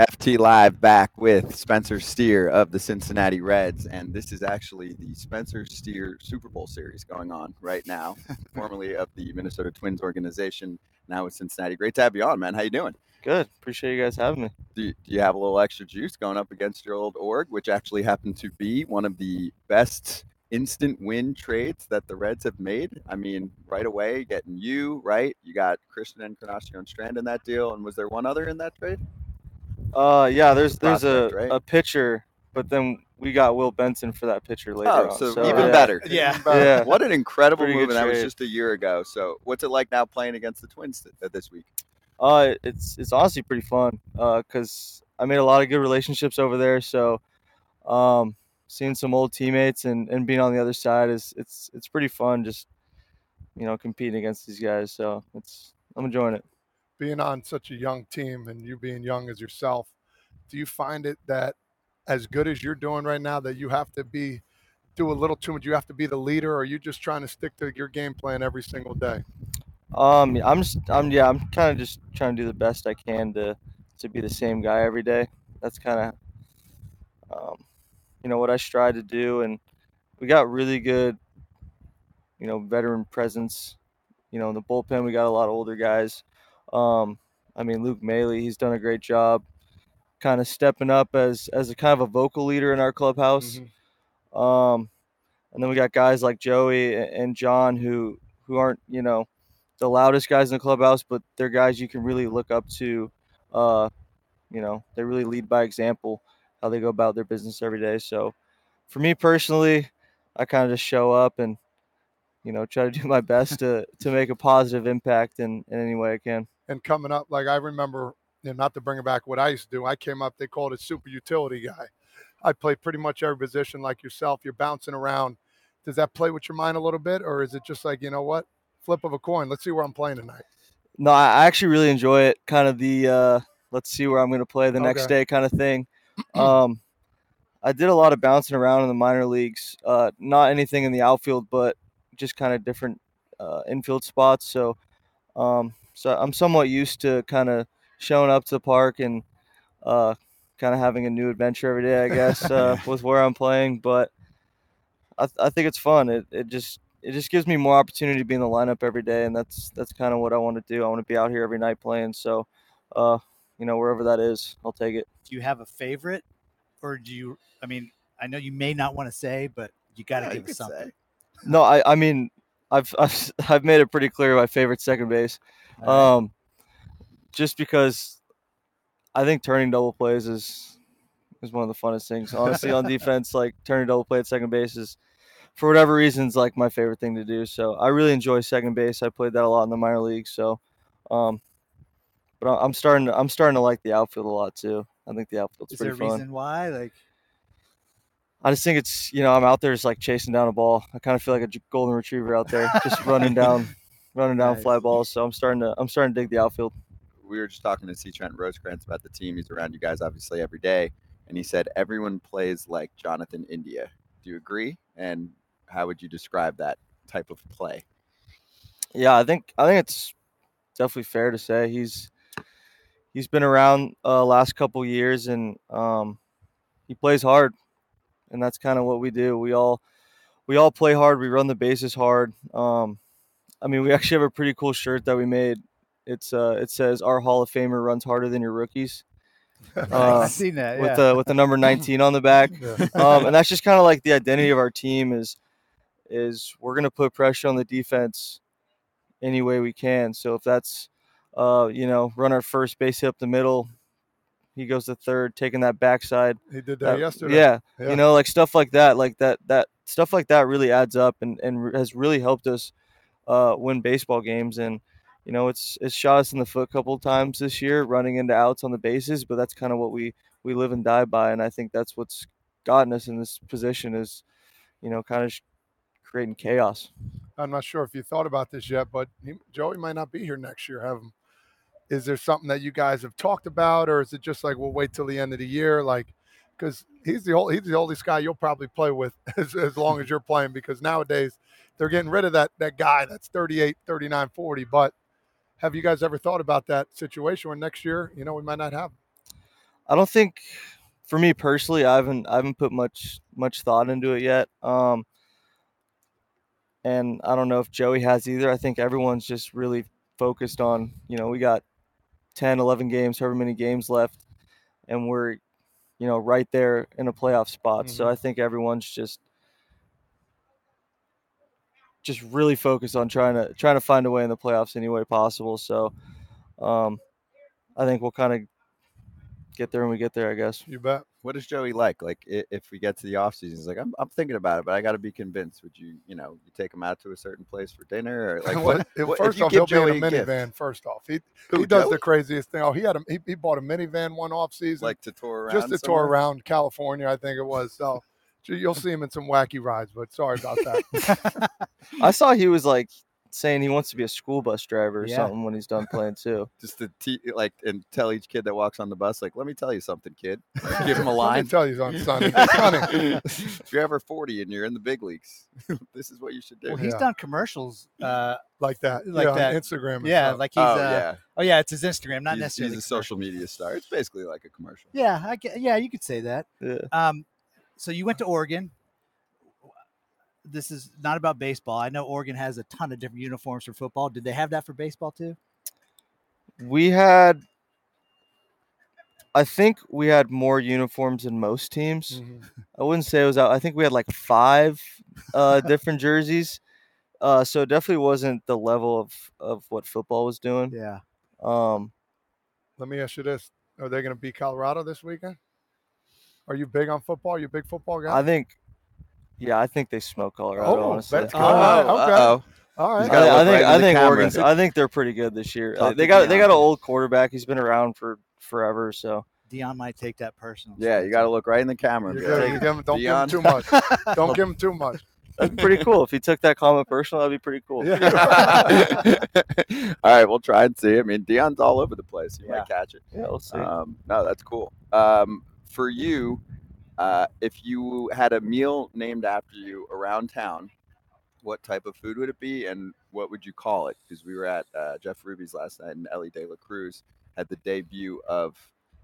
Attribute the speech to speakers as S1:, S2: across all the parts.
S1: FT Live back with Spencer Steer of the Cincinnati Reds. And this is actually the Spencer Steer Super Bowl series going on right now, formerly of the Minnesota Twins organization, now with Cincinnati. Great to have you on, man. How you doing?
S2: Good. Appreciate you guys having me.
S1: Do you, do you have a little extra juice going up against your old org, which actually happened to be one of the best instant win trades that the Reds have made. I mean, right away, getting you, right? You got Christian and Carnacio and Strand in that deal. And was there one other in that trade?
S2: Uh, yeah. There's there's
S1: Prospect,
S2: a
S1: right?
S2: a pitcher, but then we got Will Benson for that pitcher later
S1: Oh,
S2: on.
S1: so,
S2: so,
S1: even
S2: yeah.
S1: better.
S3: Yeah.
S2: Yeah.
S1: What an incredible
S2: Pretty
S1: move.
S2: good
S1: And that was
S2: trade.
S1: just a year ago. So what's it like now playing against the Twins th- uh, this week?
S2: Uh, it's it's honestly pretty fun. Uh, cause I made a lot of good relationships over there. So, um, seeing some old teammates and and being on the other side is it's it's pretty fun. Just you know competing against these guys. So it's I'm enjoying it.
S3: being on such a young team and you being young as yourself, do you find it that as good as you're doing right now that you have to be do a little too much? You have to be the leader, or are you just trying to stick to your game plan every single day?
S2: Um, yeah, I'm just, I'm, yeah, I'm kind of just trying to do the best I can to, to be the same guy every day. That's kind of, um, you know, what I strive to do. And we got really good, you know, veteran presence. You know, in the bullpen, we got a lot of older guys. Um, I mean, Luke Maley, he's done a great job, kind of stepping up as, as a kind of a vocal leader in our
S3: Mm-hmm.
S2: clubhouse. Um, and then we got guys like Joey a- and John who who aren't you know the loudest guys in the clubhouse, but they're guys you can really look up to. Uh, you know, they really lead by example how they go about their business every day. So for me personally, I kind of just show up and you know try to do my best to to make a positive impact in in any way I can.
S3: And coming up, like I remember, you know, not to bring it back what I used to do, I came up, they called it super utility guy. I play pretty much every position like yourself. You're bouncing around. Does that play with your mind a little bit, or is it just like, you know what? Flip of a coin. Let's see where I'm playing tonight.
S2: No, I I actually really enjoy it. Kind of the uh, let's see where I'm going to play the next
S3: Okay.
S2: day kind of thing. Um, I did a lot of bouncing around in the minor leagues. Uh, not anything in the outfield, but just kind of different uh, infield spots. So, um, so I'm somewhat used to kind of showing up to the park and uh, kind of having a new adventure every day. I guess uh, with where I'm playing, but I, th- I think it's fun. It, it just it just gives me more opportunity to be in the lineup every day, and that's that's kind of what I want to do. I want to be out here every night playing. So, uh, you know, wherever that is, I'll take it.
S4: do you have a favorite or do you i mean i know you may not want to say but you got to
S1: Yeah, you
S4: give
S1: could
S4: us something
S1: say.
S2: No, I I mean, I've I've, s- I've made it pretty clear my favorite second base,
S1: Uh,
S4: All right.
S2: um, just because I think turning double plays is is one of the funnest things. Honestly, on defense, like turning double play at second base is. For whatever reasons, like my favorite thing to do. So I really enjoy second base. I played that a lot in the minor leagues. So, um, but I- I'm starting. To, I'm starting to like the outfield a lot too. I think the outfield's
S4: is there
S2: pretty
S4: a
S2: fun.
S4: reason why like
S2: I just think it's you know I'm out there just like chasing down a ball. I kind of feel like a j- golden retriever out there just running down, running down fly
S4: Nice.
S2: balls. So I'm starting to I'm starting to dig the outfield.
S1: we were just talking to C. Trent Rosecrans about the team. He's around you guys obviously every day, and he said everyone plays like Jonathan India. Do you agree? And how would you describe that type of play?
S2: Yeah, I think I think it's definitely fair to say he's he's been around uh, last couple years and um, he plays hard, and that's kind of what we do. We all we all play hard. We run the bases hard. Um, I mean, we actually have a pretty cool shirt that we made. It's uh, it says our Hall of Famer runs harder than your rookies. Uh,
S4: i've seen that
S2: with
S4: Uh, yeah.
S2: the with the number 19 on the back.
S3: Yeah.
S2: Um, and that's just kind of like the identity of our team is is we're gonna put pressure on the defense any way we can. So if that's uh, you know run our first base hit up the middle, he goes to third, taking that backside.
S3: He did that
S2: that-
S3: yesterday.
S2: Yeah,
S3: Yeah.
S2: you know, like stuff like that, like that that stuff like that really adds up and and re- has really helped us uh, win baseball games and. You know, it's it's shot us in the foot a couple times this year, running into outs on the bases, but that's kind of what we we live and die by, and I think that's what's gotten us in this position is, you know, kind of creating chaos.
S3: I'm not sure if you thought about this yet, but he, Joey might not be here next year. Have him. Is there something that you guys have talked about, or is it just like we'll wait till the end of the year? Like, because he's the old, he's the oldest guy you'll probably play with as, as long as you're playing. Because nowadays they're getting rid of that that guy that's 38, 39, 40. But have you guys ever thought about that situation where next year, you know, we might not have? him?
S2: I don't think for me personally, I haven't I haven't put much much thought into it yet. Um, and I don't know if Joey has either. I think everyone's just really focused on you know we got 10, 11 games, however many games left, and we're you know right there in a playoff spot. So I think everyone's just just really focused on trying to trying to find a way in the playoffs any way possible. So um, I think we'll kind of get there when we get there, I guess.
S3: You bet.
S1: What is Joey like? Like, i- if we get to the off season, he's like, I'm, I'm thinking about it, but I got to be convinced. Would you, you know, you take him out to a certain place for dinner, or like,
S3: Well,
S1: what?
S3: if-
S1: what- if
S3: first
S1: you
S3: off,
S1: give
S3: he'll be
S1: Joey
S3: in
S1: a
S3: a
S1: gift,
S3: minivan. First off, he
S1: who,
S3: he does
S1: Joey?
S3: the craziest thing. Oh, he had a he, he bought a minivan one off season,
S1: like to tour around.
S3: just to tour
S1: somewhere?
S3: around California, I think it was. So ju- you'll see him in some wacky rides, but sorry about that.
S2: I saw he was like saying he wants to be a school bus driver or
S4: Yeah.
S2: something when he's done playing too.
S1: just to te- like and tell each kid that walks on the bus, like, let me tell you something, kid. Like, give him a
S3: Let
S1: line.
S3: me tell you something, Sonny. Sonny,
S1: if you're ever 40 and you're in the big leagues, this is what you should do.
S4: Well, he's
S3: Yeah.
S4: done commercials. Uh,
S3: like that,
S4: Like
S3: yeah, on
S4: that.
S3: Instagram. and
S4: yeah,
S3: stuff.
S4: like he's.
S1: oh
S4: uh,
S1: yeah,
S4: Oh yeah, it's his Instagram, not
S1: he's, he's
S4: necessarily
S1: a
S4: commercial.
S1: social media star. It's basically like a commercial.
S4: Yeah, I get, yeah, you could say that.
S2: Yeah.
S4: Um, so you went to Oregon. This is not about baseball. I know Oregon has a ton of different uniforms for football. Did they have that for baseball too?
S2: We had I think we had more uniforms than most teams.
S3: Mhm.
S2: I wouldn't say it was out. I think we had like five uh, different jerseys. Uh, so it definitely wasn't the level of, of what football was doing.
S4: Yeah.
S2: Um,
S3: Let me ask you this: Are they going to beat Colorado this weekend? Are you big on football? You a big football guy?
S2: I think, yeah, I think they smoke Colorado.
S3: Oh,
S2: honestly,
S3: that's
S1: Oh,
S3: good. Alright, okay.
S1: uh-oh.
S3: All
S1: He's
S3: right.
S2: I,
S1: gotta
S2: I
S1: look
S2: think
S1: right into
S2: I
S1: the
S2: think
S1: camera.
S2: Oregon's. I think they're pretty good this year.
S1: Talk
S2: They- They
S1: to
S2: got they got an
S1: Deontay.
S2: old quarterback. He's been around for forever. So
S4: Dion might take that personal.
S1: Yeah, you got to look right in the camera.
S3: You're
S1: and be like,
S3: good. You give him- don't
S1: Dion.
S3: give him too much. Don't give him too much.
S2: that'd be pretty cool. If he took that comment personal, that'd be pretty cool.
S3: Yeah.
S1: all right, we'll try and see. I mean, Dion's all over the place. You
S2: Yeah.
S1: might catch it.
S2: Yeah, we'll see.
S1: Um, no, that's cool. Um, for you, uh, if you had a meal named after you around town, what type of food would it be, and what would you call it? Because we were at uh, Jeff Ruby's last night, and Ellie De La Cruz had the debut of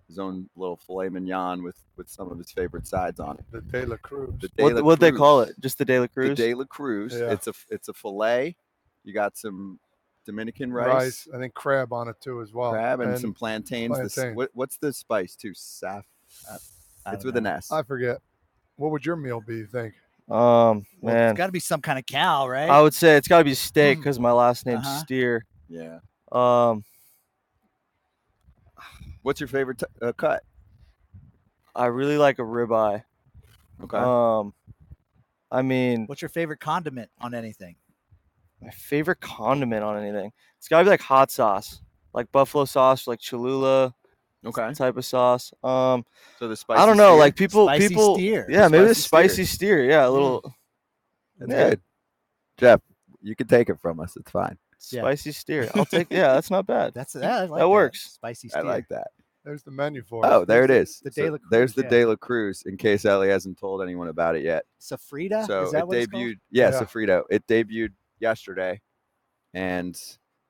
S1: his own little filet mignon with with some of his favorite sides on it.
S3: The De La Cruz.
S1: The De La
S2: what what they call
S1: Cruz.
S2: it? Just the De La Cruz. Um,
S1: The De La Cruz.
S3: Yeah.
S1: It's a f- it's a fillet. You got some Dominican
S3: rice.
S1: rice,
S3: I think crab on it too as well.
S1: crab, and, some plantains. The s-
S3: plantain.
S1: what, what's the spice too? Saf.
S4: I
S1: It's
S4: don't
S1: with
S4: know.
S1: an S.
S3: I forget. What would your meal be? You think?
S2: um
S4: Well,
S2: man,
S4: it's got to be some kind of cow, right?
S2: I would say it's got to be
S1: Mm.
S2: steak because my last name's
S4: Uh-huh.
S2: Steer.
S1: yeah.
S2: Um,
S1: What's your favorite t- uh, cut?
S2: I really like a ribeye.
S1: Okay.
S2: Um, I mean,
S4: What's your favorite condiment on anything?
S2: my favorite condiment on anything. It's got to be like hot sauce, like buffalo sauce, like Cholula
S1: okay.
S2: type of sauce. Um,
S1: So the spice.
S2: I don't know, like people,
S4: Spicy
S2: people,
S4: steer.
S2: yeah, maybe the
S1: Spicy steer.
S2: spicy steer. Yeah, a little
S4: Mm.
S1: That's
S2: yeah.
S1: good. Jeff, you can take it from us. It's fine.
S4: Yeah.
S2: spicy steer. I'll take. Yeah, that's not bad.
S4: That's yeah, I like that
S2: works.
S4: Spicy
S1: I
S4: steak.
S1: like that.
S3: There's the menu for it.
S1: Oh, there it is.
S4: the De La
S1: there's
S4: Cruz,
S1: the
S4: yeah.
S1: De La Cruz. In case Ellie hasn't told anyone about it yet.
S4: Safrida.
S1: So
S4: is that
S1: it
S4: what it's called?
S1: debuted. Yeah,
S3: Yeah.
S1: Sofrito. It debuted yesterday, and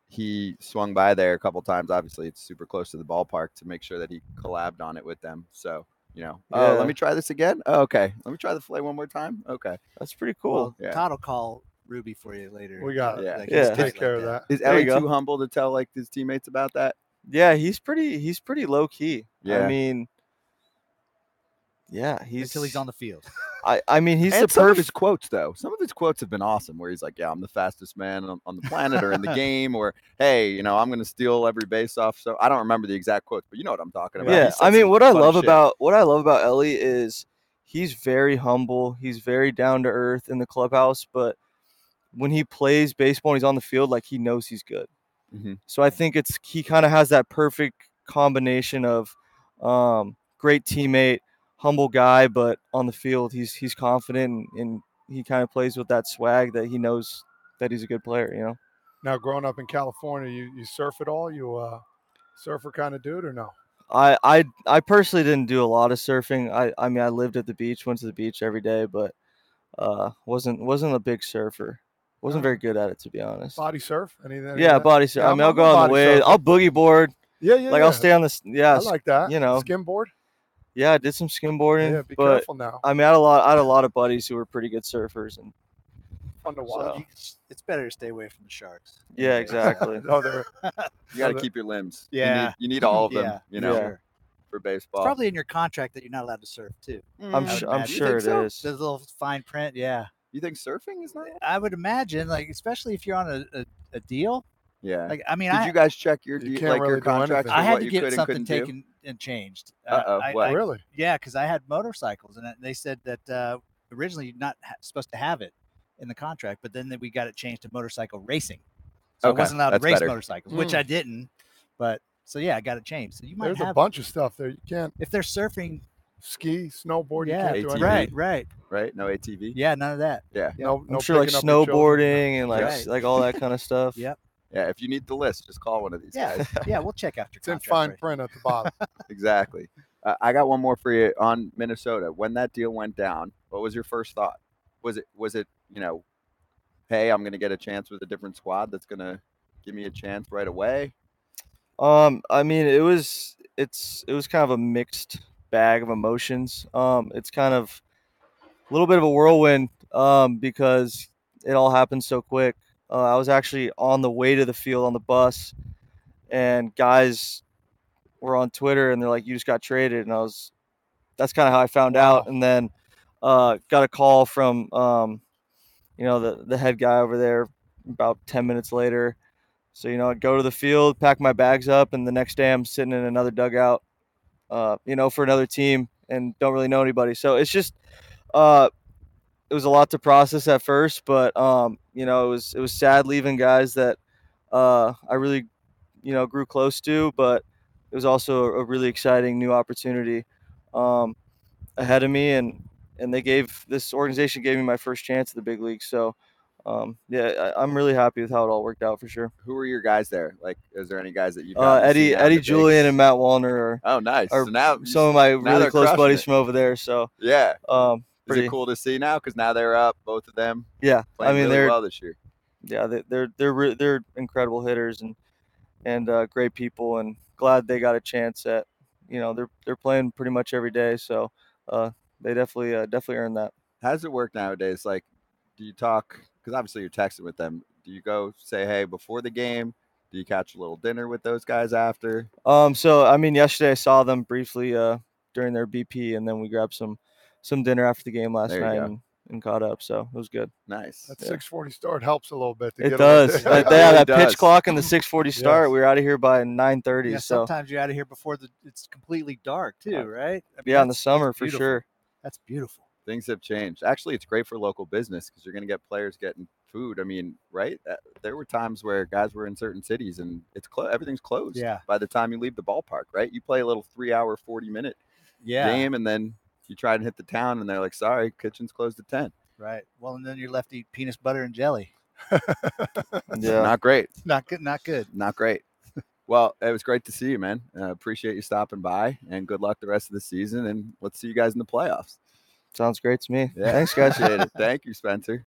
S1: he swung by there a couple times. Obviously, it's super close to the ballpark to make sure that he collabed on it with them. So you know, oh,
S2: Yeah.
S1: let me try this again. Oh, okay, let me try the filet one more time. Okay,
S2: That's pretty cool.
S4: Well,
S1: Yeah.
S4: Todd will call Ruby for you later.
S3: We got
S1: it.
S4: Uh,
S1: Yeah.
S4: like,
S2: Yeah.
S4: just
S2: Take
S4: like
S3: Take care of that.
S1: is
S2: There
S1: Ellie
S2: you go.
S1: too humble to tell like his teammates about that?
S2: yeah, he's pretty. He's pretty low key.
S1: Yeah.
S2: I mean, yeah, he's
S4: Until he's on the field.
S2: I, I mean, he's
S1: and
S2: the
S1: some of
S2: perfect.
S1: his quotes though. Some of his quotes have been awesome, where he's like, "Yeah, I'm the fastest man on, on the planet or in the game," or "Hey, you know, I'm going to steal every base off." So I don't remember the exact quotes, but you know what I'm talking about. He
S2: Yeah,
S1: said
S2: I mean,
S1: some
S2: what I
S1: funny
S2: love
S1: shit.
S2: about what I love about Ellie is he's very humble. He's very down to earth in the clubhouse, but when he plays baseball and he's on the field, like he knows he's good.
S1: Mhm.
S2: So I think it's he kind of has that perfect combination of um, great teammate, humble guy, but on the field he's he's confident and, and he kind of plays with that swag that he knows that he's a good player. You know.
S3: Now, growing up in California, you, you surf at all? You uh, surfer kind of dude or no?
S2: I, I I personally didn't do a lot of surfing. I, I mean I lived at the beach, went to the beach every day, but uh wasn't wasn't a big surfer. Wasn't
S3: Oh.
S2: very good at it to be honest.
S3: Body surf? Anything? any
S2: yeah,
S3: of that?
S2: body surf.
S3: Yeah,
S2: I
S3: I'm-
S2: mean I'll
S3: I'm a
S2: go on the
S3: body
S2: wave.
S3: surfer.
S2: I'll boogie board.
S3: yeah, yeah.
S2: like
S3: yeah.
S2: I'll stay on the s- yeah.
S3: I
S2: s-
S3: like that.
S2: you know.
S3: skimboard.
S2: yeah, I did some skimboarding,
S3: Yeah, be
S2: but
S3: careful now.
S2: I mean, I had a lot, I had a lot of buddies who were pretty good surfers, and
S3: Fun to
S4: Well,
S3: watch.
S2: So-
S4: you- it's better to stay away from the sharks.
S2: yeah, exactly.
S3: No, they're
S1: You got to
S3: Well,
S1: keep your limbs. You
S4: Yeah.
S1: need, you need all of them,
S4: Yeah,
S1: you know,
S2: Yeah.
S4: sure.
S1: for
S4: It's
S1: baseball.
S4: probably in your contract that you're not allowed to surf too.
S2: I'm,
S1: Mm.
S4: I would
S2: su- I'm
S4: imagine. You
S2: sure
S1: think
S2: it is.
S1: so?
S4: There's a little fine print, yeah.
S1: You think surfing is not?
S4: I would imagine, like especially if you're on a, a, a deal.
S1: Yeah.
S4: Like I mean,
S1: Did
S4: I
S1: you guys check your
S3: You
S1: de-
S3: can't
S1: like
S3: really
S1: your
S3: do
S1: contracts?
S3: anything.
S1: for
S4: I had
S1: what
S4: to
S1: you
S4: get
S1: could and
S4: something
S1: couldn't do?
S4: taken and changed. Uh,
S1: Uh-oh,
S4: I-
S1: what?
S4: I-
S3: really.
S4: yeah, because I had motorcycles, and it- they said that uh, originally you're not ha- supposed to have it in the contract, but then that we got it changed to motorcycle racing. So
S1: Okay,
S4: I wasn't allowed to
S1: that's
S4: race
S1: better.
S4: motorcycles, which I didn't. But so yeah, I got it changed. So you might
S3: Hmm. There's a
S4: have
S3: bunch of stuff there. You can't
S4: if they're surfing.
S3: ski, snowboard. you can't
S4: Yeah,
S3: do
S1: ATV.
S3: anything.
S4: Right, right.
S1: Right? No ATV.
S4: Yeah, none of that. yeah.
S3: No,
S2: I'm
S3: no
S2: sure like
S3: picking up your children.
S2: snowboarding and like s-
S4: Right.
S2: like all that kind of stuff.
S4: Yep.
S1: Yeah. If you need the list, just call one of these
S4: Yeah,
S1: guys.
S4: yeah. We'll check out your
S3: It's in
S4: contract.
S3: fine
S4: right.
S3: print at the bottom.
S1: Exactly. Uh, I got one more for you on Minnesota. When that deal went down, what was your first thought? Was it was it you know, hey, I'm going to get a chance with a different squad that's going to give me a chance right away?
S2: Um, I mean, it was it's it was kind of a mixed bag of emotions. Um, it's kind of a little bit of a whirlwind um, because it all happened so quick. Uh, I was actually on the way to the field on the bus, and guys were on Twitter and they're like, "You just got traded," and I was that's kind of how I found out.
S3: Wow.
S2: And then uh, got a call from um, you know the the head guy over there about ten minutes later. So you know, I go to the field, pack my bags up, and the next day I'm sitting in another dugout, uh, you know, for another team, and don't really know anybody. So it's just, uh, it was a lot to process at first, but um, you know, it was it was sad leaving guys that uh, I really, you know, grew close to, but it was also a really exciting new opportunity um, ahead of me, and and they gave this organization gave me my first chance at the big league. So um, yeah, I, I'm really happy with how it all worked out for sure.
S1: Who are your guys there? Like, is there any guys that you've
S2: Uh,
S1: gotten to see
S2: Eddie,
S1: now in the
S2: Eddie
S1: bigs?
S2: Julian, and Matt Wallner are,
S1: Oh, nice.
S2: are
S1: so now,
S2: some of my really
S1: they're
S2: close
S1: crushing
S2: buddies
S1: it.
S2: from over there. So,
S1: yeah,
S2: um,
S1: is
S2: pretty-
S1: it cool to see now? Because now they're up, both of them
S2: yeah,
S1: playing
S2: I mean
S1: really
S2: they're
S1: well this year.
S2: yeah they, they're they're re- they're incredible hitters and and uh, great people, and glad they got a chance at you know they're they're playing pretty much every day. So uh, they definitely uh, definitely earned that.
S1: How does it work nowadays? Like, do you talk? Because obviously you're texting with them. Do you go say hey before the game? Do you catch a little dinner with those guys after?
S2: Um, so I mean, yesterday I saw them briefly uh, during their BP, and then we grabbed some some dinner after the game last
S1: There you
S2: night
S1: go.
S2: and, and caught up. So it was good.
S1: Nice.
S3: That
S2: Yeah.
S3: 640 start helps a little bit. To
S2: It
S3: get a little-
S2: does.
S1: there.
S2: That,
S1: It
S2: yeah,
S1: really
S2: that
S1: does.
S2: pitch clock and the 6:40 start.
S3: Yes.
S2: We were out of here by 9:30.
S4: Yeah,
S2: so
S4: sometimes you're out of here before the it's completely dark too,
S2: Yeah.
S4: right? I mean,
S2: yeah, in the
S4: that's-
S2: summer for
S4: beautiful.
S2: sure.
S4: that's beautiful.
S1: Things have changed. Actually, it's great for local business because you're going to get players getting food. I mean, right? Uh, There were times where guys were in certain cities and it's clo- everything's closed.
S4: Yeah.
S1: By the time you leave the ballpark, right? You play a little three-hour, forty-minute
S4: Yeah,
S1: game, and then you try and hit the town, and they're like, "Sorry, kitchen's closed at 10.
S4: right. Well, and then you're left to eat peanut butter and jelly.
S2: Yeah,
S1: Not great.
S4: It's not good. Not good.
S1: Not great. Well, it was great to see you, man. Uh, appreciate you stopping by, and good luck the rest of the season. And let's see you guys in the playoffs.
S2: sounds great to me.
S1: Yeah,
S2: Thanks, guys.
S1: Appreciate it. Thank you, Spencer.